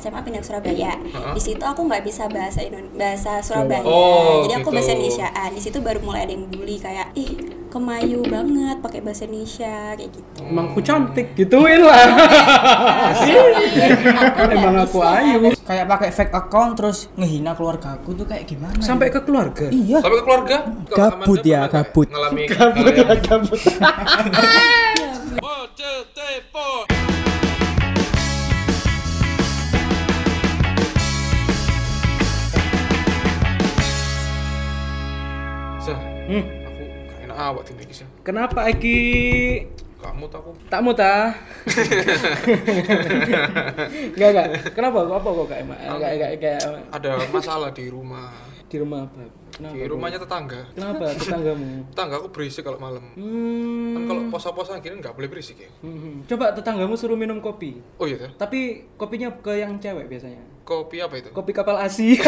SMA pindah ke Surabaya. Heeh. Di situ aku nggak bisa bahasa Indo- bahasa Surabaya. Oh, Jadi aku gitu. bahasa Indonesiaan. Di situ baru mulai ada yang bully kayak ih kemayu banget pakai bahasa Indonesia kayak gitu. Emang aku cantik gituin lah. Iya. Aku nggak Emang aku bisa. ayu. kayak pakai fake account terus ngehina keluarga aku tuh kayak gimana ya? Sampai ke keluarga. iya Sampai ke keluarga? Kalau Amanda Gabut ya, pernah nggak gabut. Ngalami Gabut hal ya yang- gabut. One, two, three, four. Sah, Hmm, aku gak enak awak tinggal di sini. kenapa Aki? Kamu tau aku Tak mau ta? Enggak enggak. Kenapa? Kok apa kok kayak emak? Kayak kayak kayak emak. ada masalah di rumah. di rumah apa? Kenapa? Di rumahnya tetangga. Kenapa tetanggamu? Tetangga aku berisik kalau malam. Kan Hmm. kalau posa-posa gini nggak boleh berisik ya. Hmm, Coba tetanggamu suruh minum kopi. Oh iya, Ter. Tapi kopinya ke yang cewek biasanya. kopi apa itu? Kopi kapal asi.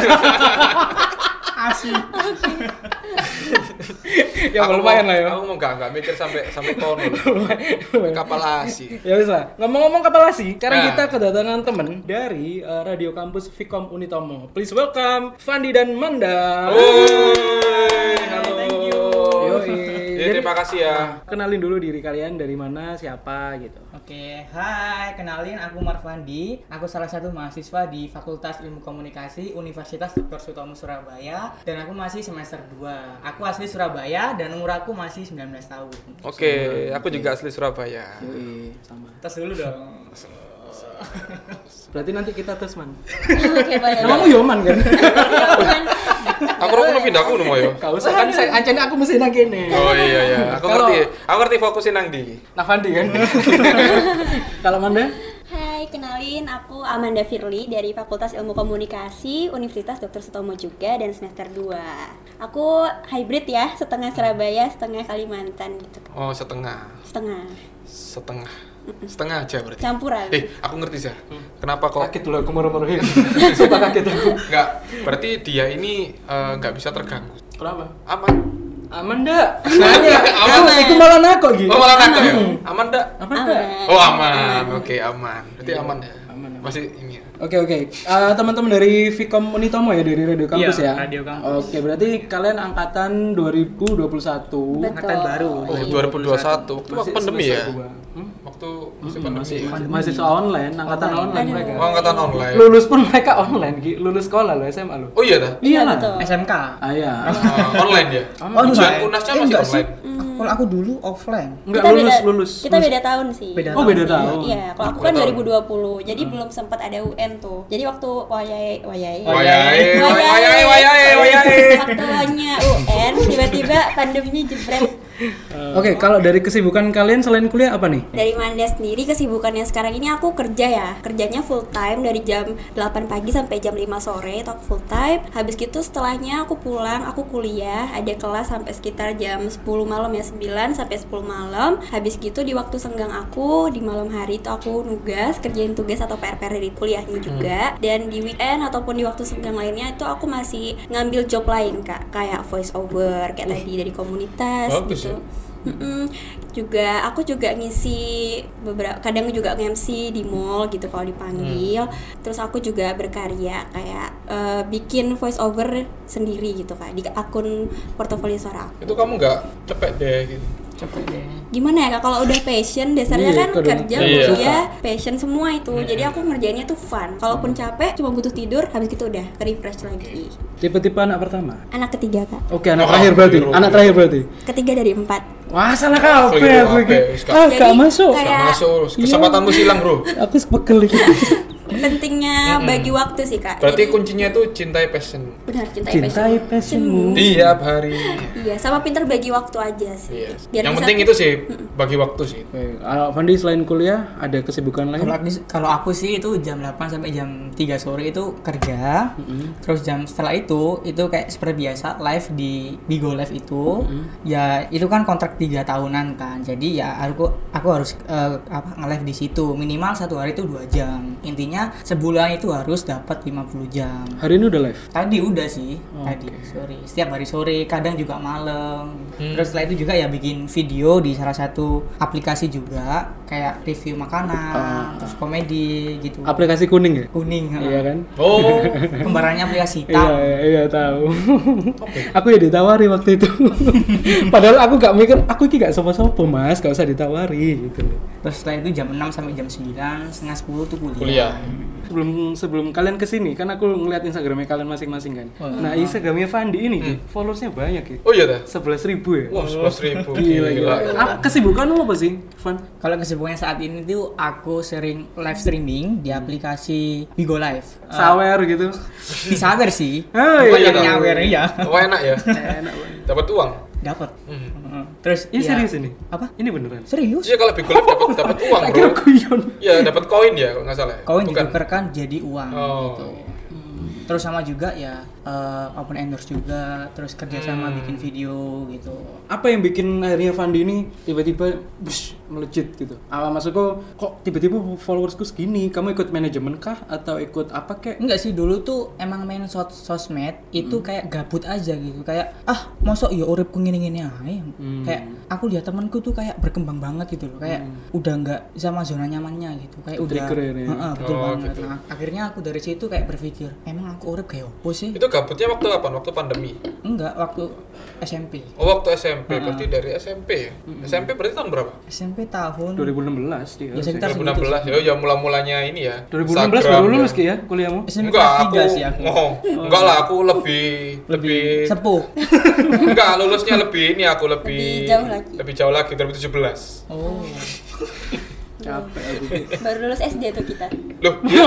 asli ya Aku mau- lumayan lah ya. Aku mau nggak nggak mikir sampai sampai kono. Lumayan. Kapal asi. Ya wis lah. Ngomong-ngomong kapal asi, Nah. sekarang kita kedatangan temen dari eh, Radio Kampus Vicom Unitomo. Please welcome Fandi dan Manda. Woi, halo. Thank you. Yoi. Ya, Jadi, terima kasih ya. kenalin dulu diri kalian dari mana, siapa gitu. Oke, hai, kenalin aku Marfandi. Aku salah satu mahasiswa di Fakultas Ilmu Komunikasi Universitas Dr. Sutomo Surabaya dan aku masih semester 2. Aku asli Surabaya dan umur aku masih 19 tahun. Oke, aku juga asli Surabaya. Yoi, sama. Tes dulu dong. Berarti nanti kita terus man. Iya. Oke, boleh. Namamu Yoman kan? Aku rokok mau pindah aku mau ya. Gak usah kan saya ancen aku mesti nang kene. Oh iya iya, aku Kalau- ngerti. Aku ngerti fokusin nang di. Nah Fandi kan. Kalau Manda? Hai, kenalin aku Amanda Firly dari Fakultas Ilmu Komunikasi Universitas Dr. Sutomo juga dan semester 2. Aku hybrid ya, setengah Surabaya, setengah Kalimantan gitu. Oh, setengah. Setengah Setengah. Setengah aja berarti. campuran. Eh, aku ngerti sih. Hmm. Kenapa kok Kaget dulu aku merem-merem. Sumpah kaget aku. nggak? Berarti dia ini eh, nggak bisa terganggu. Kenapa? Aman. Aman ndak? Nanya, aman. Aman. Ah, Iku malah nako gitu. Oh, malah nakal ya? Aman enggak? Aman ndak? Aman. Oh, aman. Oke, aman. Berarti aman ya. Aman, aman. Masih ini ya. Oke oke. Eh, teman-teman dari Vicom Unitomo ya dari Radio Kampus Iya, ya. Radio Kampus. Oke, berarti kalian angkatan 2021. Betul. Angkatan baru. Oh, 2021 waktu Masih pandemi ya. semester dua. Hmm? Waktu musim pandemi. Masih ya? mahasiswa online, angkatan Online. online Aduh. mereka. Oh, angkatan online. Lulus pun mereka online, Ki. lulus sekolah lo SMA lo. Oh iya dah. Iya, lah. betul. SMK. Ah iya. Ah, online ya. Online. Ujian Online. kunasnya Eh, masih enggak sih. online. Kalau aku dulu offline. Enggak Kita lulus beda- lulus. Kita lulus. beda tahun sih. Beda Oh, beda tahun. Iya, kalau aku Beda kan tahun. 2020. Jadi belum sempat ada UN tuh. Jadi waktu wayai wayai Wayai, wayai, Wayai, wayai, wayai. Waktunya UN tiba-tiba pandemi jebret. Oke, kalau dari kesibukan kalian selain kuliah apa nih? Dari Manda sendiri kesibukannya sekarang ini aku kerja ya Kerjanya full time dari jam 8 pagi sampai jam 5 sore itu aku full time Habis gitu setelahnya aku pulang, aku kuliah Ada kelas sampai sekitar jam 10 malam ya 9 sampai 10 malam Habis gitu di waktu senggang aku di malam hari itu aku nugas Kerjain tugas atau PR-PR dari Hmm. kuliahnya juga Dan di weekend ataupun di waktu senggang lainnya itu aku masih ngambil job lain kak Kayak voice over, kayak tadi dari komunitas Bagus gitu ya. Mm-mm. juga aku juga ngisi beberapa kadang juga nge-MC di mall gitu kalau dipanggil Hmm. terus aku juga berkarya kayak eh, bikin voice over sendiri gitu kan di akun portofolio suara aku. Itu kamu nggak cepet deh gitu. Cepet deh. gimana ya kak kalau udah passion dasarnya Iya, kan kadang- kerja Iya. Hmm. kuliah passion semua itu jadi aku ngerjainnya tuh fun kalaupun capek cuma butuh tidur habis itu udah ke refresh lagi Tipe-tipe anak pertama. anak ketiga kak Oke, anak Oh, terakhir berarti. biru. Anak terakhir berarti. ketiga dari empat Wah, salah kabeh Keliru aku iki. kabeh, wis gak- Ah, Jadi, gak masuk. kayak- iya. Nggak masuk. Kesempatanmu silang bro. Aku sepegel iki. pentingnya bagi waktu sih kak Hmm. Berarti Jadi- kuncinya itu cintai passion. benar ya, cintai, Cintai passionmu. Tiap hari. Iya, sama pinter bagi waktu aja sih. Iya. Biar Yang bisa- penting itu sih bagi waktu sih. Oke, Kalau uh, Fandi selain kuliah ada kesibukan lain? Kalau aku- Kalau aku sih itu jam 8 sampai jam 3 sore itu kerja. Terus jam setelah itu itu kayak seperti biasa live di Bigo Live itu. Ya itu kan kontrak 3 tahunan kan. Jadi ya aku aku harus eh, apa nge-live di situ minimal satu hari itu dua jam. Intinya karena sebulan itu harus dapat 50 jam. Hari ini udah live. Tadi udah sih, Oh, tadi oke. Hmm. sore. Setiap hari sore, kadang juga malam. Terus setelah itu juga ya bikin video di salah satu aplikasi juga, kayak review Oh, makanan, terus komedi gitu. Aplikasi kuning ya? kuning. Iya kan? Oh, Kembarannya aplikasi Iya, hitam. iya, iya tahu. aku ya ditawari waktu itu. Padahal aku gak mikir, aku ini gak sopo-sopo mas, gak usah ditawari gitu. loh. Terus setelah itu jam 6 sampai jam 9, setengah 10 tuh kuliah. kuliah. Sebelum sebelum kalian kesini, kan aku ngeliat Instagramnya kalian masing-masing kan. Oh, Nah Instagramnya Fandi ini, followersnya banyak ya. Oh iya dah. Sebelas ribu ya. Wah, sebelas ribu. Gila, gila. Ah, kesibukan lu apa sih, Van? Kalau kesibukannya saat ini tuh aku sering live streaming Hmm. di aplikasi Bigo Live. Eh, Sawer gitu. di sawer sih. Oh, Bukan iya. yang nyawer ya. Hmm. Wah enak ya. Enak banget. Dapat uang. Dapat. Hmm. Heeh. Terus Ini ya- serius ini? Apa? Ini beneran? Serius? Iya kalau Big Golf dapat dapat uang Tak bro. kira guyon. Iya dapat koin ya kalau nggak salah. ya? Koin Bukan. ditukerkan kan jadi uang Oh. gitu. Terus sama juga ya eh, open endorse juga, terus kerja sama Hmm. bikin video gitu. apa yang bikin akhirnya Fandi ini tiba-tiba bush, melejit gitu? Apa maksudku kok tiba-tiba followersku segini? Kamu ikut manajemen kah atau ikut apa kek? Enggak sih dulu tuh emang main sos sosmed Hmm. itu kayak gabut aja gitu kayak ah mosok ya uripku ngene-ngene ae. Hmm. Kayak aku lihat temanku tuh kayak berkembang banget gitu loh kayak Hmm. udah nggak sama zona nyamannya gitu kayak udah Trigger ya, ini. Heeh, betul Oh, banget. gitu. Nah, akhirnya aku dari situ kayak berpikir emang aku urip kayak opo sih? Itu gabutnya waktu kapan? Waktu pandemi. Enggak waktu SMP. Oh waktu SMP. Berarti dari SMP ya. SMP berarti tahun berapa? SMP tahun 2016 dia. harusnya. Ya, sekitar- Kita segitu 2016. Ya ya mula mulanya ini ya. 2016 Instagram, baru lulus ya. ki ya kuliahmu? SMP Enggak, kelas aku, tiga sih aku. oh, enggak lah, aku lebih lebih, Sepuh. enggak lulusnya lebih ini aku lebih Lebih jauh lagi. lebih jauh lagi 2017. Oh. Capek aku. Baru lulus SD tuh kita. Loh, iya.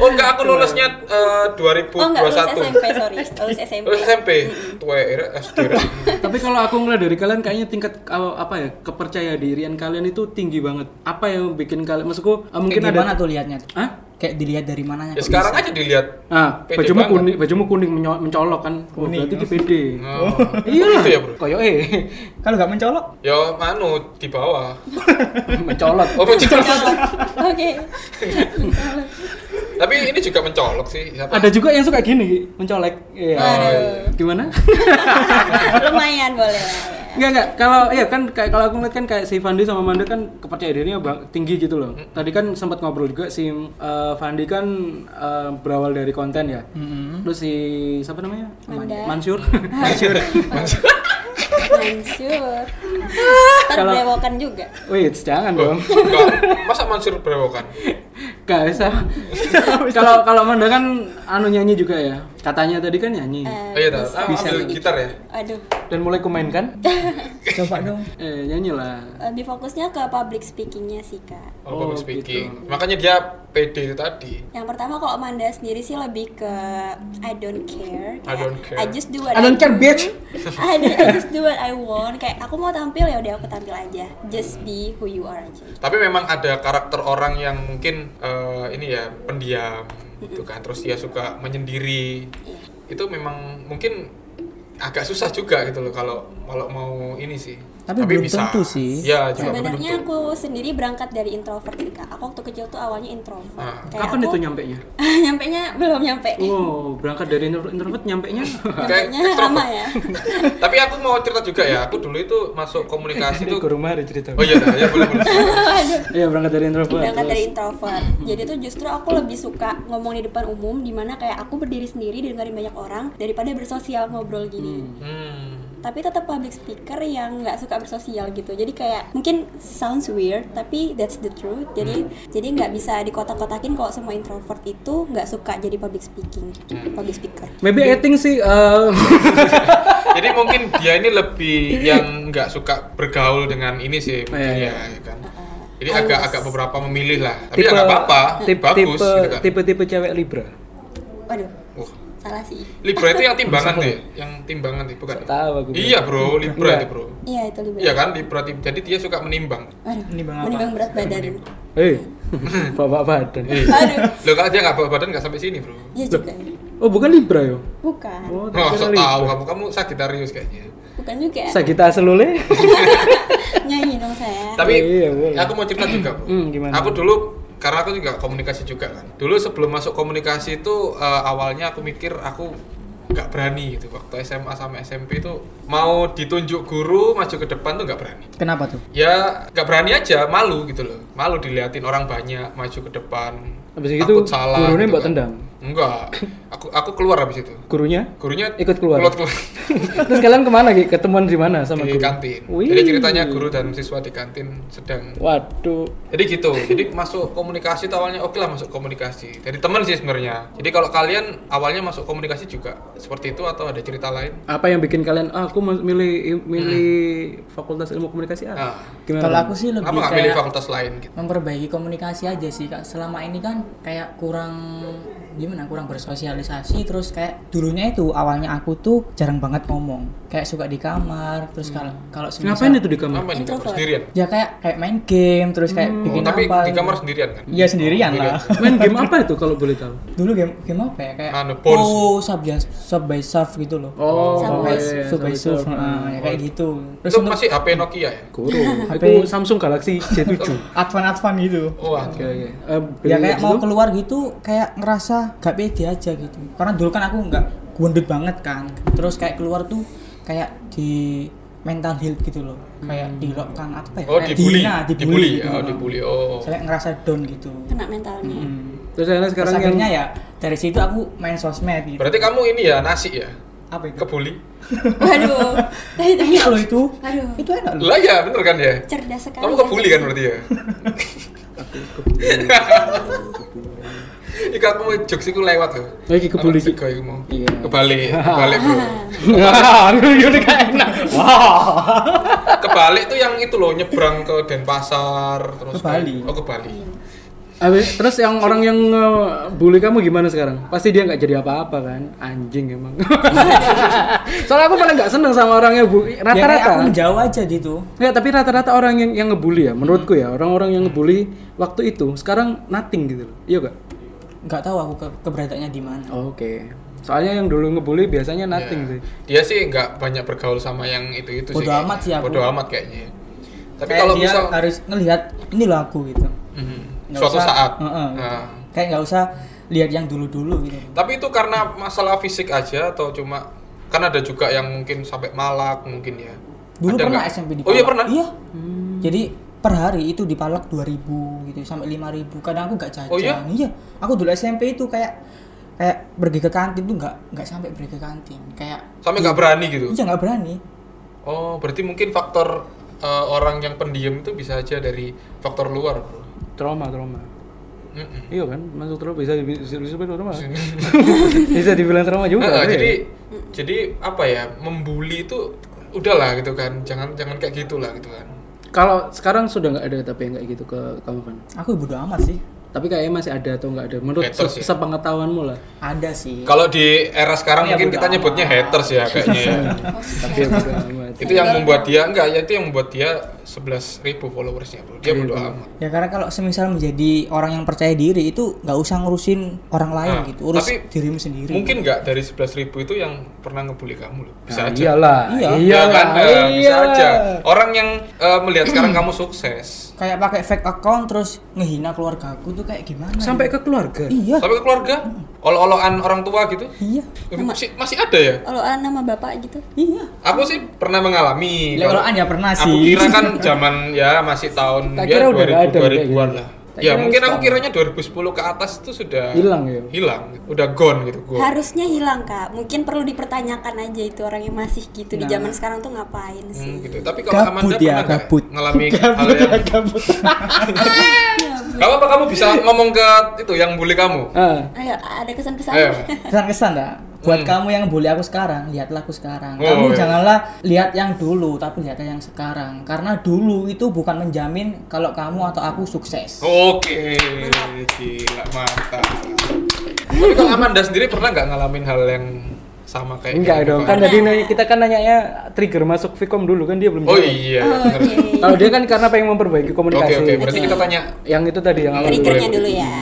oh enggak aku lulusnya eh, 2021. Oh enggak, lulus SMP, sorry. Lulus SMP. Lulus SMP. Tua era SD. Tapi kalau aku ngeliat dari kalian kayaknya tingkat uh, apa ya kepercaya dirian kalian itu tinggi banget. Apa yang bikin kalian maksudku uh, mungkin Kayak gimana ada tuh liatnya? tuh? Hah? Kayak dilihat dari mananya? Ya kok sekarang bisa? aja dilihat. Ah, Pede bajumu banget. kuning, bajumu kuning menyo- mencolok kan. Oh, Kuning, berarti ya. ki pede. Oh, Iya lah. Itu ya, Bro. Koyo eh. Kalau nggak mencolok? Ya manu di bawah. mencolok. Oh, mencolok. Oke. Tapi ini juga mencolok sih. Siapa? Ada juga yang suka gini, Ki, mencolek. Iya. Waduh. Gimana? Lumayan boleh lah ya. Enggak enggak. Kalau iya kan kayak kalau aku ngeliat kan kayak si Fandi sama Manda kan kepercayaan dirinya bang- tinggi gitu loh. Tadi kan sempat ngobrol juga si eh, Fandi kan eh, berawal dari konten ya. Terus si siapa namanya? Manda. Mansur. Mansur. Ntar Kalau- berewokan juga. Wait, jangan Loh, dong. enggak. Masa Mansur berewokan? Eh, Enggak bisa. Kalau kalau Manda kan anu nyanyi juga ya. Katanya tadi kan nyanyi. Eh, Oh, iya, tahu. Ah, bisa. ambil gitu. gitar ya. Aduh, Dan mulai kumain kan? Eh. Coba dong. Eh, nyanyilah. lebih fokusnya ke public speakingnya sih kak. Oh, Oh, public gitu. speaking. Makanya dia PD itu tadi. Yang pertama kalau Manda sendiri sih lebih ke I don't care. I don't Kayak, care. I just do what I don't care, bitch. I, do- I just do what I want. Kayak aku mau tampil ya udah aku tampil aja. Just be who you are aja. Tapi memang ada karakter orang yang mungkin eh, ini ya pendiam gitu kan. Terus dia suka menyendiri. Itu memang mungkin agak susah juga gitu loh kalau kalau mau ini sih. Tapi belum tentu sih. Ya, juga belum Sebenarnya tentu. aku sendiri berangkat dari introvert sih kak. Aku waktu kecil tuh awalnya introvert. Ah. Kayak Kapan aku, itu nyampe nya? nyampe nya belum nyampe. Wow, berangkat dari intro- introvert nyampe nya Kayak Nyampenya lama ya. Tapi aku mau cerita juga ya. Aku dulu itu masuk komunikasi itu. rumah ada cerita. Oh iya, ya boleh boleh. Waduh. Iya berangkat dari introvert. berangkat dari terus. introvert jadi tuh justru aku lebih suka ngomong di depan umum dimana kayak aku berdiri sendiri dengerin banyak orang daripada bersosial ngobrol gini Hmm. tapi tetap public speaker yang nggak suka bersosial gitu jadi kayak mungkin sounds weird tapi that's the truth jadi Hmm. jadi nggak bisa dikotak-kotakin kalau semua introvert itu nggak suka jadi public speaking Hmm. public speaker Maybe I think sih eh, Jadi mungkin dia ini lebih yang nggak suka bergaul dengan ini sih mungkin Iya, ya, ya kan. Jadi agak-agak beberapa memilih lah. Tapi ya tipe nggak apa-apa, tipe bagus tipe, gitu kan. tipe tipe cewek libra. waduh Wah, salah sih Libra itu yang timbangan deh, yang timbangan deh, bukan? Tahu aku. Iya bro, Libra itu bro. iya itu lebih Iya kan, Libra tim. Jadi dia suka menimbang. Waduh, Menimbang apa? menimbang berat badan Eh, bapak badan. Iya. Aduh. Loh kalau dia nggak bawa badan nggak sampai sini bro. iya juga Oh bukan libra yo. bukan Oh, Oh, ternyata so libra. tahu kamu kamu Sagitarius kayaknya. bukan juga Sagita selule. nyanyi dong saya Tapi Iya, boleh. aku mau cerita juga, Bro. Hmm, gimana? Aku dulu karena aku juga komunikasi juga kan dulu sebelum masuk komunikasi itu eh, awalnya aku mikir aku nggak berani gitu waktu SMA sama SMP itu mau ditunjuk guru maju ke depan tuh nggak berani Kenapa tuh? ya nggak berani aja malu gitu loh malu diliatin orang banyak maju ke depan Habis itu gurunya mbak tendang. enggak kan. aku aku keluar habis itu Gurunya? gurunya Ikut keluar? keluar Terus kalian kemana Ki? Ketemuan di mana sama di guru? kantin Wih. jadi ceritanya guru dan siswa di kantin sedang Waduh. jadi gitu jadi masuk komunikasi itu awalnya oke lah masuk komunikasi dari teman sih sebenarnya jadi kalau kalian awalnya masuk komunikasi juga seperti itu atau ada cerita lain Apa yang bikin kalian ah, aku mau milih milih Hmm. Fakultas Ilmu Komunikasi ah? nah, Gimana? Kalau aku sih kenapa lebih nggak milih kayak fakultas lain gitu memperbaiki komunikasi aja sih kak selama ini kan kayak kurang gimana kurang bersosialisasi terus kayak dulunya itu awalnya aku tuh jarang banget ngomong kayak suka di kamar Hmm. terus kalau kalau semisal- Ngapain itu di kamar? kenapa nih kamar Introvert. sendirian ya kayak kayak main game terus kayak bikin Oh, tapi apa di gitu. kamar sendirian kan Iya sendirian lah. Main game apa itu kalau boleh tahu? Dulu game game apa ya kayak Anu, Pons. Oh, sub ya, sub by surf gitu loh. Oh, sub by, iya, sub by sampai surf. surf. Ah, Nah, ya kayak gitu. Terus Oh, itu untuk masih HP Nokia ya Guru. HP. Itu Samsung Galaxy J7. advan advan gitu. oh Oke, ada oke. Eh, Ya beli kayak habis mau itu? keluar gitu kayak ngerasa gak pede aja gitu. Karena dulu kan aku nggak gundut banget kan. Terus kayak keluar tuh kayak di mental health gitu loh. Kayak Hmm. dilokkan apa ya? oh kayak dibully dihina, dibully gitu oh loh. dibully oh Saya kayak ngerasa down gitu. kena mentalnya Terus akhirnya Terus sekarang yang akhirnya ya dari situ aku main sosmed gitu. berarti kamu ini ya nasi ya apa itu? kebuli waduh Enak loh itu. Aduh. Itu enak loh. lah ya bener kan ya cerdas sekali kamu ya. kebuli kan berarti ya Ika aku mau jokes iku lewat loh. Oh, iki kebuli Anak iki. sego iku mau. Iya. Kebalik, kebalik bro. Wah, ini udah kayak enak. Wah. Kebalik tuh yang itu loh nyebrang ke Denpasar terus Ke Bali. kayak- oh ke Bali. Iya. Abis, terus yang orang yang eh, bully kamu gimana sekarang? Pasti dia nggak jadi apa-apa kan? Anjing emang. Soalnya aku malah nggak seneng sama orang yang bu- Ya kayak aku rata-rata. menjauh aja gitu. Nggak, tapi rata-rata orang yang yang ngebully ya, menurutku ya, orang-orang yang ngebully waktu itu sekarang nothing gitu loh. Iya gak? nggak tahu aku ke keberadaannya di mana. Oke. Soalnya yang dulu ngebully biasanya Ya. nothing sih. Dia sih nggak banyak bergaul sama yang itu-itu sih. Bodo amat sih aku. Bodo amat kayaknya. Tapi Kayak kalau dia misal harus ngelihat ini loh aku gitu. Mhm. Nggak suatu usah. saat. Heeh, gitu. Nah. Kayak nggak usah lihat yang dulu-dulu gitu. Tapi itu karena masalah fisik aja atau cuma kan ada juga yang mungkin sampai malak mungkin ya. Dulu Ada pernah nggak? SMP di Oh iya Palak. pernah. Iya. Jadi per hari itu dipalak 2000 gitu sampai 5000. Kadang aku nggak jajan. Oh iya? Aku dulu SMP itu kayak kayak pergi ke kantin tuh nggak nggak sampai pergi ke kantin. Kayak Sampai nggak berani gitu. iya nggak berani. Oh, berarti mungkin faktor eh, orang yang pendiam itu bisa aja dari faktor luar, bro. Trauma, trauma. Mm-mm. Iya kan? Masuk trauma bisa dibi- bisa, bisa, dibilang trauma. bisa dibilang trauma juga. Nah, kan, ya? jadi jadi apa ya? Membuli itu udahlah gitu kan. Jangan jangan kayak gitulah gitu kan. kalau sekarang sudah nggak ada tapi yang kayak gitu ke kamu kan? Aku bodo amat sih. Tapi kayaknya masih ada atau nggak ada? Menurut se Haters ya? sepengetahuanmu lah. Ada sih. Kalau di era sekarang Ya, mungkin bodo kita amat. nyebutnya haters ya kayaknya. ya. Tapi ya bodo amat. itu yang membuat dia enggak ya itu yang membuat dia 11.000 followersnya, bro. Dia bodo Iya. amat. Ya karena kalau semisal menjadi orang yang percaya diri itu nggak usah ngurusin orang lain Nah, gitu, urus tapi dirimu sendiri. Mungkin nggak dari 11.000 itu yang pernah ngebully kamu loh. Bisa Nah, aja. Iyalah. Iya. Iya kan? Eh, Bisa Iya. aja. Orang yang eh, melihat sekarang kamu sukses, kayak pakai fake account terus ngehina keluarga aku tuh kayak gimana? Sampai gitu. ke keluarga. iya, sampai ke keluarga olo-oloan orang tua gitu iya, Eh, masih masih ada ya kalau ah, nama bapak gitu iya. aku sih pernah mengalami Ya, kalau An ya pernah aku sih. kira kan zaman ya masih tahun Tak ya kira udah nggak 2000 ada an kayaknya. lah Tak ya kira mungkin udah aku kiranya 2010 ke atas itu sudah Hilang ya? hilang udah gone gitu gua harusnya hilang kak mungkin perlu dipertanyakan aja itu orang yang masih gitu di zaman sekarang tuh ngapain sih Hmm, gitu. Tapi kalau Gabut Amanda ya, pernah nggak gabut. ngalami hal yang gabut. Gak apa kamu bisa ngomong ke itu yang bully kamu? Ah. ayo ada kesan-kesan Ayo. Kesan-kesan dah. Buat kamu yang boleh aku sekarang, lihatlah aku sekarang. Hmm. Oh, kamu iya. janganlah lihat yang dulu, tapi lihatlah yang sekarang. Karena dulu itu bukan menjamin kalau kamu atau aku sukses. Oh. Oke, gila mantap. Tapi kalau Amanda sendiri pernah nggak ngalamin hal yang sama kayak Enggak dong, kan tadi nanya- kita kan nanyanya trigger masuk Vicom dulu kan dia belum Oh jawab. iya. Oh, bener. oke Kalau dia kan karena pengen memperbaiki Oke komunikasi. oke, berarti kita tanya Yang itu tadi yang awal Trigger. triggernya Boleh, dulu ya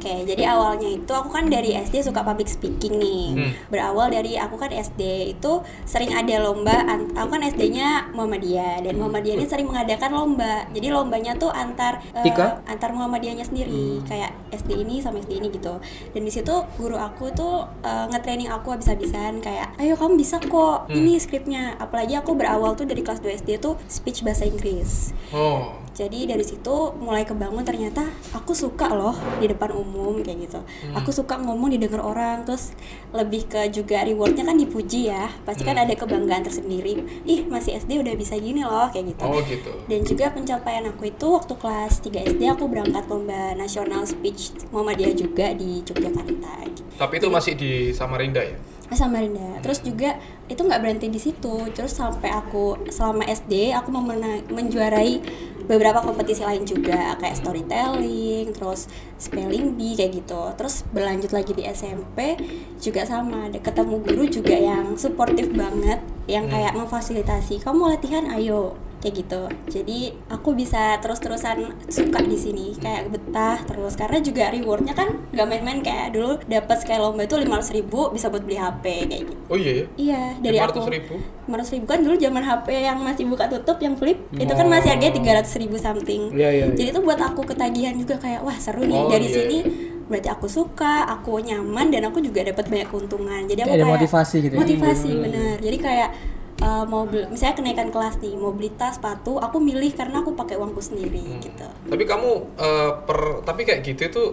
oke Jadi awalnya itu aku kan dari SD suka public speaking nih. Hmm. Berawal dari aku kan SD itu sering ada lomba. ant- Aku kan SD-nya Muhammadiyah Hmm. dan Muhammadiyah ini sering mengadakan lomba. Jadi lombanya tuh antar eh, Tika? antar Muhammadiyahnya Hmm. sendiri. Kayak SD ini sama SD ini gitu. Dan di situ guru aku tuh eh, nge-training aku habis-habisan kayak, "Ayo kamu bisa kok. Hmm. Ini skripnya." Apalagi aku berawal tuh dari kelas 2 SD tuh speech bahasa Inggris. Oh. Jadi dari situ mulai kebangun ternyata aku suka loh di depan umum kayak gitu. Aku suka ngomong didengar orang terus lebih ke juga rewardnya kan dipuji ya. Pasti kan ada kebanggaan tersendiri. Ih masih SD udah bisa gini loh kayak gitu. Oh gitu. Dan juga pencapaian aku itu waktu kelas 3 SD aku berangkat lomba nasional speech Muhammadiyah juga di Yogyakarta. Tapi itu masih di Samarinda ya? Mas Samarinda. Eh, Terus juga itu nggak berhenti di situ. Terus sampai aku selama SD aku memena- menjuarai beberapa kompetisi lain juga kayak storytelling, terus spelling bee kayak gitu. Terus berlanjut lagi di SMP juga sama. Ada ketemu guru juga yang suportif banget, yang kayak memfasilitasi. Kamu latihan, ayo kayak gitu. Jadi aku bisa terus-terusan suka di sini, kayak betah terus karena juga rewardnya kan nggak main-main kayak dulu dapat sekali lomba itu 500.000 ribu bisa buat beli HP kayak gitu. Oh iya ya? Iya, dari aku 500.000? 500 ribu kan dulu zaman HP yang masih buka tutup yang flip itu kan masih harganya 300 ribu something. Iya, iya, iya. Jadi itu buat aku ketagihan juga kayak wah seru nih Oh, dari iya, sini berarti aku suka, aku nyaman dan aku juga dapat banyak keuntungan. Jadi aku Kayak ada kayak- motivasi gitu ya? Motivasi bener. Jadi kayak uh, mau beli- misalnya kenaikan kelas nih, mau beli tas, sepatu, aku milih karena aku pakai uangku sendiri gitu. Tapi kamu eh, per tapi kayak gitu itu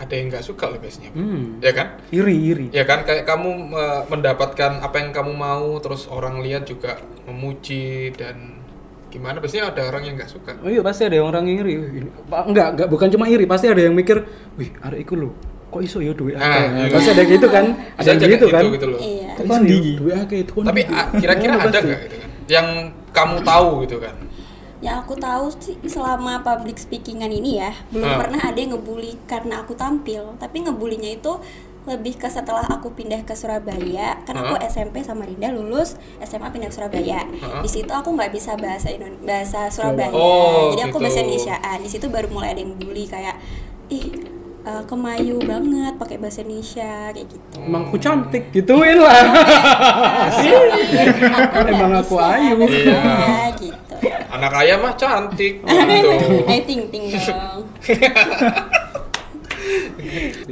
ada yang nggak suka loh biasanya. Hmm. Ya kan? Iri, iri. Ya kan kayak kamu eh, mendapatkan apa yang kamu mau terus orang lihat juga memuji dan gimana biasanya ada orang yang nggak suka. Oh iya pasti ada yang orang yang iri. Wih, ini- Pak, Enggak, enggak bukan cuma iri, pasti ada yang mikir, "Wih, arek iku lho, kok iso ya duwe akeh?" Ah, iya. pasti ada gitu kan. Ada Bisa yang aja kayak gitu kan. gitu loh. Iya. Kok iso ya duwe akeh itu kan. Tapi a- kira-kira Ngono ada pasti. nggak gitu kan? Yang kamu tahu gitu kan? Ya aku tahu sih selama public speakingan ini ya belum Ah. pernah ada yang ngebully karena aku tampil. Tapi ngebulinya itu lebih ke setelah aku pindah ke Surabaya karena aku Ah. SMP Samarinda lulus SMA pindah ke Surabaya Ah. di situ aku nggak bisa bahasa Indon- bahasa Surabaya Oh, jadi aku gitu. bahasa Indonesiaan di situ baru mulai ada yang bully kayak ih eh, kemayu banget pakai bahasa Indonesia kayak gitu Emang aku cantik gituin lah. Ah, Aku nggak Emang aku bisa ayu. bahasa Iya. Indonesia, gitu Anak kaya mah cantik. gitu. I think think Eh, dong.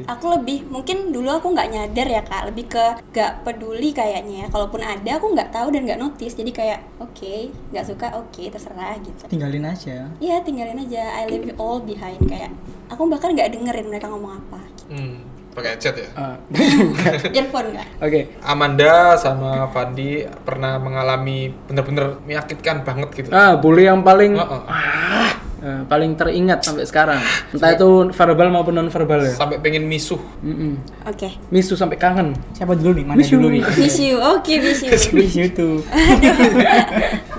aku lebih mungkin dulu aku nggak nyadar ya kak, lebih ke nggak peduli kayaknya. ya. Kalaupun ada aku nggak tahu dan nggak notice. Jadi kayak oke, nggak suka oke terserah gitu. tinggalin aja Iya tinggalin aja. I leave you all behind kayak. Aku bahkan nggak dengerin mereka ngomong apa. Hmm, pakai headset ya. Ah, Earphone nggak? Oke. Amanda sama Fandi pernah mengalami bener-bener menyakitkan banget gitu. Ah, bully yang paling Heeh. eh, paling teringat sampai sekarang. Entah itu verbal maupun non verbal ya. Sampai pengen misuh. Mm-mm. Oke. Misu sampai kangen. siapa dulu nih mana Miss you. dulu nih Miss you. Oke miss you. Oke Miss you tuh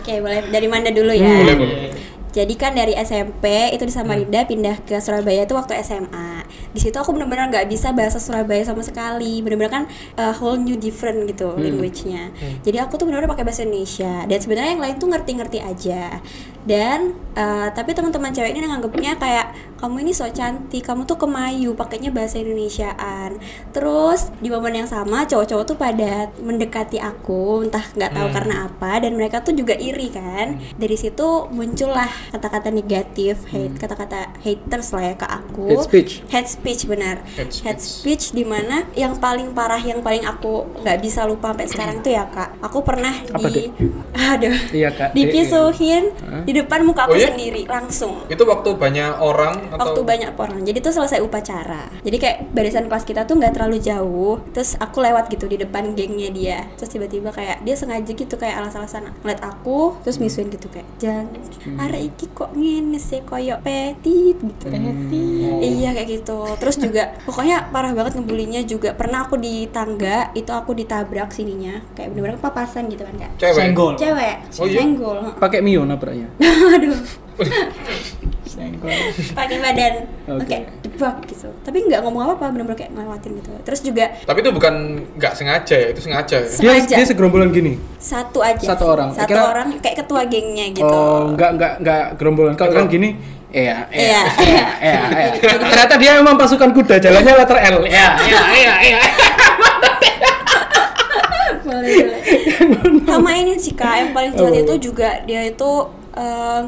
boleh dari Manda dulu ya. Boleh, boleh. Iya. Jadi kan dari SMP itu di Samarinda pindah ke Surabaya itu waktu SMA. Di situ aku benar-benar nggak bisa bahasa Surabaya sama sekali. Benar-benar kan uh, whole new different gitu language-nya. Jadi aku tuh benar-benar pakai bahasa Indonesia. Dan sebenarnya yang lain tuh ngerti-ngerti aja. Dan uh, tapi teman-teman cewek ini nganggapnya kayak kamu ini so cantik, kamu tuh kemayu, pakainya bahasa Indonesiaan. Terus di momen yang sama cowok-cowok tuh pada mendekati aku, entah nggak tahu Hmm. karena apa dan mereka tuh juga iri kan. Dari situ muncullah kata-kata negatif, hate, kata-kata haters lah ya ke aku. Hmm. Hate speech. Hate speech benar. Hate speech. Hate speech di mana yang paling parah yang paling aku nggak bisa lupa sampai sekarang tuh ya Kak. Aku pernah Apa, di Dek? aduh. Iya, Kak, Dek. Dipisuhin di depan muka Oh, aku iya? sendiri langsung Itu waktu banyak orang atau waktu banyak orang jadi tuh selesai upacara jadi kayak barisan kelas kita tuh nggak terlalu jauh terus aku lewat gitu di depan gengnya dia terus tiba-tiba kayak dia sengaja gitu kayak alas-alasan ngeliat aku terus misuin gitu kayak jangan Hmm. arek iki kok ngene sih koyok petit gitu Oh. Iya kayak gitu. Terus juga pokoknya parah banget ngebulinya juga. Pernah aku di tangga itu aku ditabrak sininya kayak bener-bener papasan gitu kan kak. cewek. senggol Cewek, Oh iya? senggol. Pakai mio nabraknya. Aduh, senggol pakai badan. Oke. Oke, debak gitu. Tapi nggak ngomong apa-apa, bener-bener kayak ngelewatin gitu. Terus juga Tapi itu bukan nggak sengaja ya, itu sengaja ya. Dia Sengaja. dia segerombolan gini. satu aja. Satu orang. Satu Kira- orang kayak ketua gengnya gitu. Oh, enggak enggak enggak gerombolan. Kalau Kalau- kan gini Iya, Iya. iya, iya, ya, iya, iya. Ternyata dia memang pasukan kuda, jalannya letter L. Iya, Ya, iya, iya, iya. boleh boleh sama ini sih kak yang paling jahat itu juga dia itu eh,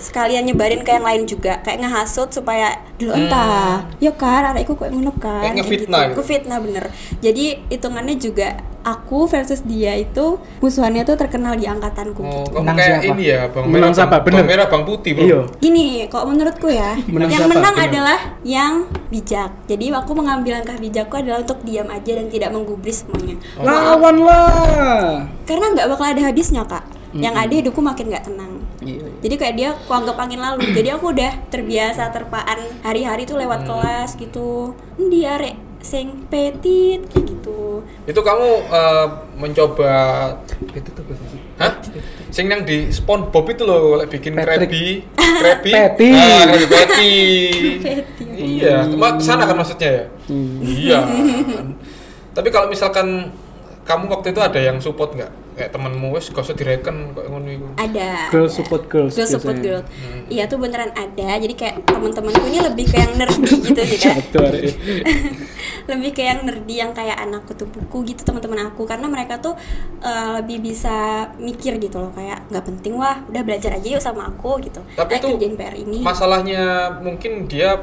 sekalian nyebarin ke yang lain juga kayak ngehasut supaya dulu entah ya kan anakku kok ngunep kan Kayak ngefitnah gitu. ngefitnah bener jadi hitungannya juga aku versus dia itu musuhannya tuh terkenal di angkatanku Oh, gitu. kamu Menang kayak siapa? ini ya, bang merah, Menang siapa? bang, Bener. bang merah, bang putih, bro. Iya. Gini, kalau menurutku ya, Menang yang siapa? menang Benar. adalah yang bijak. Jadi aku mengambil langkah bijakku adalah untuk diam aja dan tidak menggubris semuanya. Lawanlah. Karena nggak bakal ada habisnya kak. Yang ada hidupku makin nggak tenang. Iya. Jadi kayak dia aku anggap angin lalu. Jadi aku udah terbiasa terpaan hari-hari tuh Mm. lewat kelas gitu. Dia rek sing petit kayak gitu. Itu kamu eh, mencoba Hah? Sing yang di SpongeBob itu loh, lek bikin Patrick. Krabby, Krabby. Patty. Ah, Krabby Patty. Petit. Iya, cuma ke sana kan maksudnya ya? Hmm. Iya. Tapi kalau misalkan kamu waktu itu ada yang support nggak? Kayak temenmu wes gak usah direken kok ngono iku. ada Girl ada. support girls girl support biasanya. Mm. girl iya tuh beneran ada jadi kayak teman-temanku ini lebih ke yang nerdy gitu sih Kak. Jatuh hari ini. lebih ke yang nerdy yang kayak anak kutu buku gitu teman-teman aku karena mereka tuh eh, lebih bisa mikir gitu loh kayak nggak penting wah udah belajar aja yuk sama aku gitu Ayo Tapi itu kerjain PR ini Masalahnya mungkin dia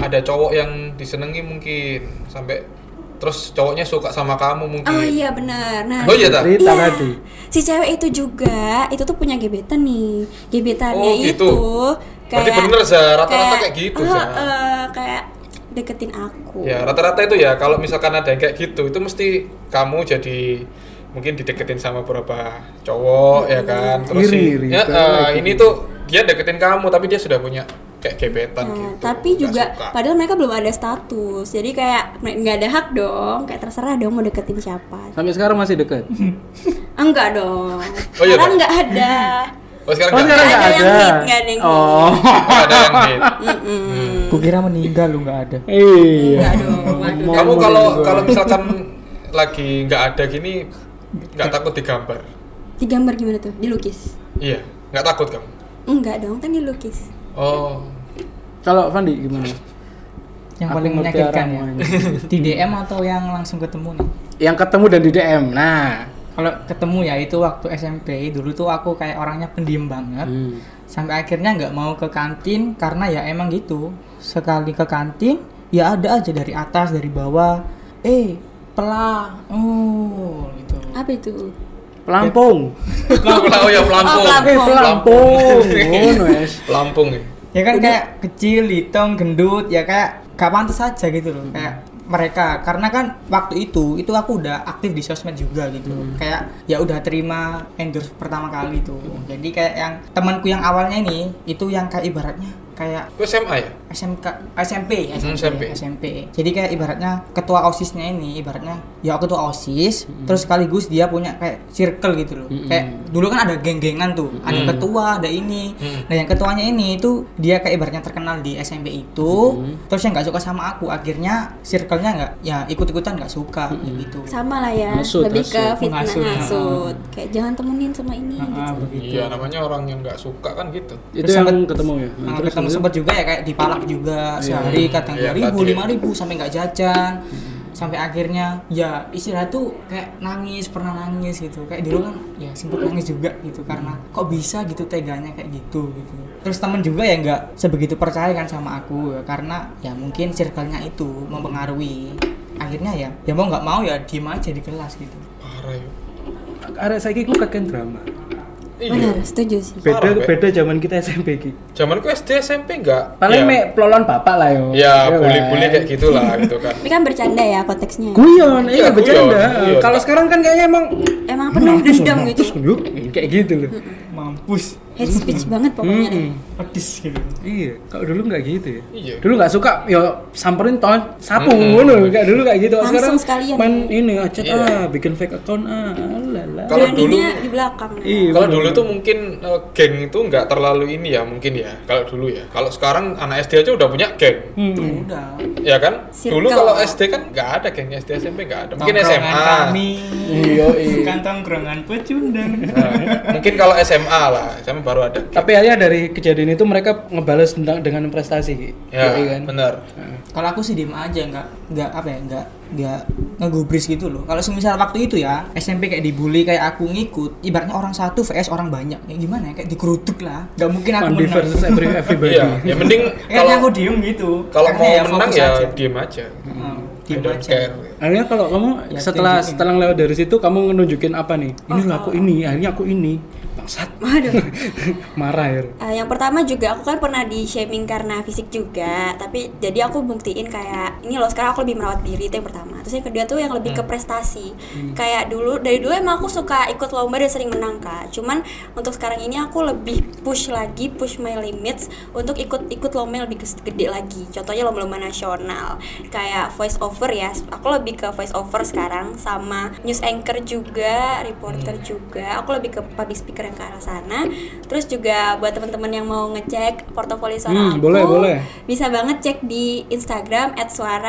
ada cowok yang disenengi mungkin sampai terus cowoknya suka sama kamu mungkin. oh iya bener nah Oh iya tak? Cerita Iya, tadi. si cewek itu juga itu tuh punya gebetan nih gebetannya Oh, gitu. itu Berarti bener, Zah. Rata-rata kayak gitu, eh, Zah. eh, kayak deketin aku Nah, Ya rata-rata itu ya kalau misalkan ada yang kayak gitu itu mesti kamu jadi mungkin dideketin sama beberapa cowok Iya. ya kan terus si- Iri-iri, ya, kayak eh, gitu. ini tuh dia deketin kamu tapi dia sudah punya kayak gebetan Nah, gitu tapi Nggak juga suka. padahal mereka belum ada status jadi kayak mere- nggak ada hak dong kayak terserah dong mau deketin siapa Sampai sekarang masih deket. Ah, enggak dong Oh, iya, karena Dok? nggak ada oh sekarang Oh nggak sekarang Nggak ada yang nggak ada. hit, nggak ada yang hit. Oh. nggak ada yang hit. Iya. Kukira meninggal lu nggak ada. Iya. enggak dong waduh Mau- gitu. kamu mau kalau juga. kalau misalkan lagi nggak ada gini nggak takut digambar digambar gimana tuh dilukis iya nggak takut kamu enggak dong kan dilukis oh Kalau Fandi gimana? Yang Aku paling mutiara menyakitkan ya. main. Di DM atau yang langsung ketemu nih? Yang ketemu dan di DM. Nah. Kalau ketemu ya itu waktu SMP dulu tuh aku kayak orangnya pendiam banget. Hmm. sampai akhirnya nggak mau ke kantin karena ya emang gitu sekali ke kantin ya ada aja dari atas dari bawah eh pelah oh gitu apa itu Pelampung. Pelau- oh ya pelampung pelampung. Eh pelampung. Ngono wes. pelampung ya ya kan kayak kecil litong gendut ya kayak gak pantas aja gitu loh kayak mereka karena kan waktu itu itu aku udah aktif di sosmed juga gitu loh. kayak ya udah terima endorse pertama kali tuh jadi kayak yang temanku yang awalnya ini itu yang kayak ibaratnya kayak itu SMA ya SMK SMP Hmm, SMP SMP jadi kayak ibaratnya ketua osisnya ini ibaratnya ya aku ketua osis Hmm. terus sekaligus dia punya kayak circle gitu loh kayak dulu kan ada geng-gengan tuh Hmm. ada ketua ada ini nah yang ketuanya ini itu dia kayak ibaratnya terkenal di SMP itu Hmm. terus yang nggak suka sama aku akhirnya circle-nya nggak ya ikut-ikutan nggak Hmm. suka kayak gitu sama lah ya Hasut, lebih ke hasut. fitnah Menghasut, ha. hasut kayak jangan temenin sama ini Nah, gitu begitu iya namanya orang yang nggak suka kan gitu Itu Terus yang sempet- ketemu ya. Nah, Nah, terus ketemu lanjut. sempat juga ya kayak dipalak juga sehari kadang Iya, dua ribu tadi. lima ribu sampai nggak jajan sampai akhirnya ya istirahat tuh kayak nangis pernah nangis gitu kayak dulu kan ya sempet nangis juga gitu karena Mm. kok bisa gitu teganya kayak gitu gitu terus temen juga ya nggak sebegitu percaya kan sama aku ya, karena ya mungkin circle-nya itu mempengaruhi akhirnya ya ya mau nggak mau ya diem aja di kelas gitu parah ya Arek saiki ku kakek drama. iya benar setuju sih Beda Parah, Mbak. beda zaman kita SMP ki. Zaman ku SD SMP enggak. Paling ya, mek pelolon bapak lah yo. ya kan? bully-bully kayak gitulah gitu kan. tapi kan bercanda ya konteksnya Guyon, Iya, iya guyon, bercanda. iya. Kalau sekarang kan kayaknya emang emang penuh dendam terus gitu yuk, kayak gitu loh. mampus hate speech banget pokoknya deh. Mm-mm. pedis gitu Iya, kalau dulu nggak gitu ya. Iya. Dulu nggak suka, ya samperin ton sapu Mm-mm. ngono. Kayak dulu kayak gitu. Langsung Sekarang sekalian. main ini aja Iya. ah, bikin fake account ah, lala. Kalau dulu beraninya di belakang Iya. kalau bener. dulu tuh mungkin eh, geng itu enggak terlalu ini ya mungkin ya. Kalau dulu ya. Kalau sekarang anak SD aja udah punya geng. Mm. Ya udah Ya kan? Dulu Circle. kalau SD kan enggak ada geng SD SMP enggak ada. Mungkin Tongkrongan SMA. kami Iya, iya. bukan tongkrongan pecundang Nah, mungkin kalau SMA lah, SMA baru ada gap. Tapi akhirnya dari kejadian itu mereka ngebales tentang dengan prestasi, Ki. Iya ya kan? kan? bener Kalau aku sih diem aja nggak nggak apa ya nggak nggak ngegubris gitu loh. Kalau semisal waktu itu ya SMP kayak dibully kayak aku ngikut, ibaratnya orang satu vs orang banyak. Ya gimana ya kayak dikerutuk lah. Nggak mungkin aku Fandi menang. versus every- everybody. iya ya mending Kayaknya aku kalau diem gitu. kalau Akhirnya mau ya menang fokus ya aja. diem aja Hmm, I diem don't aja. care. Akhirnya kalau kamu Ya, setelah tunjukin. setelah lewat dari situ kamu nunjukin apa nih? Ini loh aku ini, akhirnya aku ini. Bangsat. Waduh. Marah ya. Eh, yang pertama juga aku kan pernah di shaming karena fisik juga tapi jadi aku buktiin kayak ini loh sekarang aku lebih merawat diri itu yang pertama terus yang kedua tuh yang lebih ke prestasi kayak dulu dari dulu emang aku suka ikut lomba dan sering menang kak cuman untuk sekarang ini aku lebih push lagi push my limits untuk ikut ikut lomba yang lebih ges- gede lagi contohnya lomba-lomba nasional kayak voice over ya aku lebih ke voice over sekarang sama news anchor juga reporter Hmm. juga aku lebih ke public speaker yang ke arah sana terus juga buat teman-teman yang mau ngecek portofolio Hmm, suara aku boleh, boleh. bisa banget cek di Instagram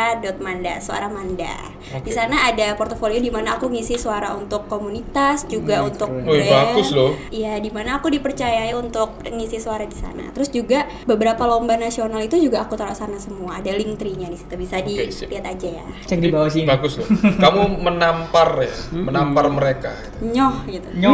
@suara.manda suara manda di Oke. sana ada portofolio di mana aku ngisi suara untuk komunitas juga untuk Hmm, keren. Wih, brand. bagus loh. Iya, di mana aku dipercayai untuk ngisi suara di sana. Terus juga beberapa lomba nasional itu juga aku taruh sana semua. Ada link tree-nya di situ bisa Oke, sip. dilihat aja ya. Cek di bawah sini. bagus loh kamu menampar ya menampar mereka Nyoh gitu. Nyok.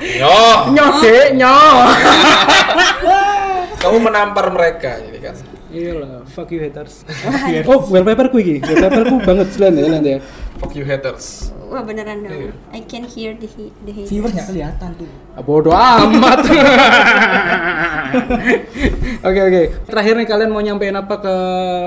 Yo, Nyoh, Dek, nyoh. kamu menampar mereka jadi kan Iya lah, fuck you haters. oh, wallpaper ku iki. Wallpaper ku banget selan ya, selan ya. fuck you haters Wah, beneran dong. Iya. I can hear the he- the hate. Viewers nggak kelihatan tuh. Ah, Bodoh amat. Oke oke. Terakhir nih kalian mau nyampein apa ke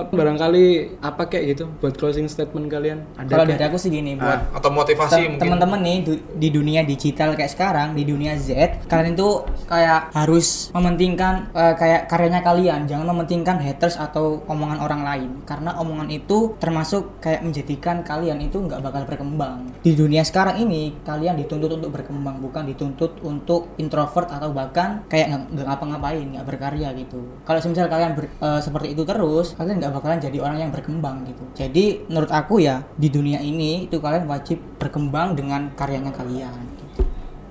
barangkali apa kayak gitu buat closing statement kalian? Kalau kayak- dari aku sih gini buat atau motivasi Tem- mungkin teman-teman nih du- di dunia digital kayak sekarang di dunia Z kalian itu kayak harus mementingkan eh, kayak karyanya kalian jangan mementingkan haters atau omongan orang lain karena omongan itu termasuk kayak menjadikan kalian itu nggak bakal berkembang di dunia sekarang ini kalian dituntut untuk berkembang bukan dituntut untuk introvert atau bahkan kayak nggak- nggak ngapa-ngapain nggak berkarya gitu kalau semisal kalian ber- eh, seperti itu terus kalian nggak bakalan jadi orang yang berkembang gitu jadi menurut aku ya di dunia ini itu kalian wajib berkembang dengan karyanya kalian gitu.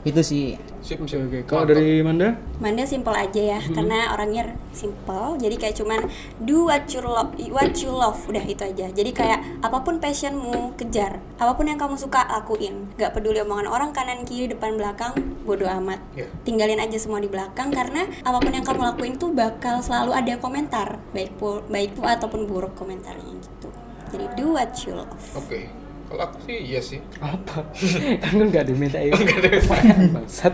itu sih Sip, Oke sip. oke. Kalau dari Manda? Manda simple aja ya, karena orangnya simple. Jadi kayak cuman do what you love, what you love, udah itu aja. Jadi kayak apapun passionmu kejar, apapun yang kamu suka lakuin. Gak peduli omongan orang kanan kiri depan belakang, bodoh amat. Iya. Tinggalin aja semua di belakang karena apapun yang kamu lakuin tuh bakal selalu ada komentar, baik pu- baik pu- ataupun buruk komentarnya gitu. Jadi do what you love. oke kalau aku sih iya sih Apa? kan kan enggak diminta ya. Bangsat.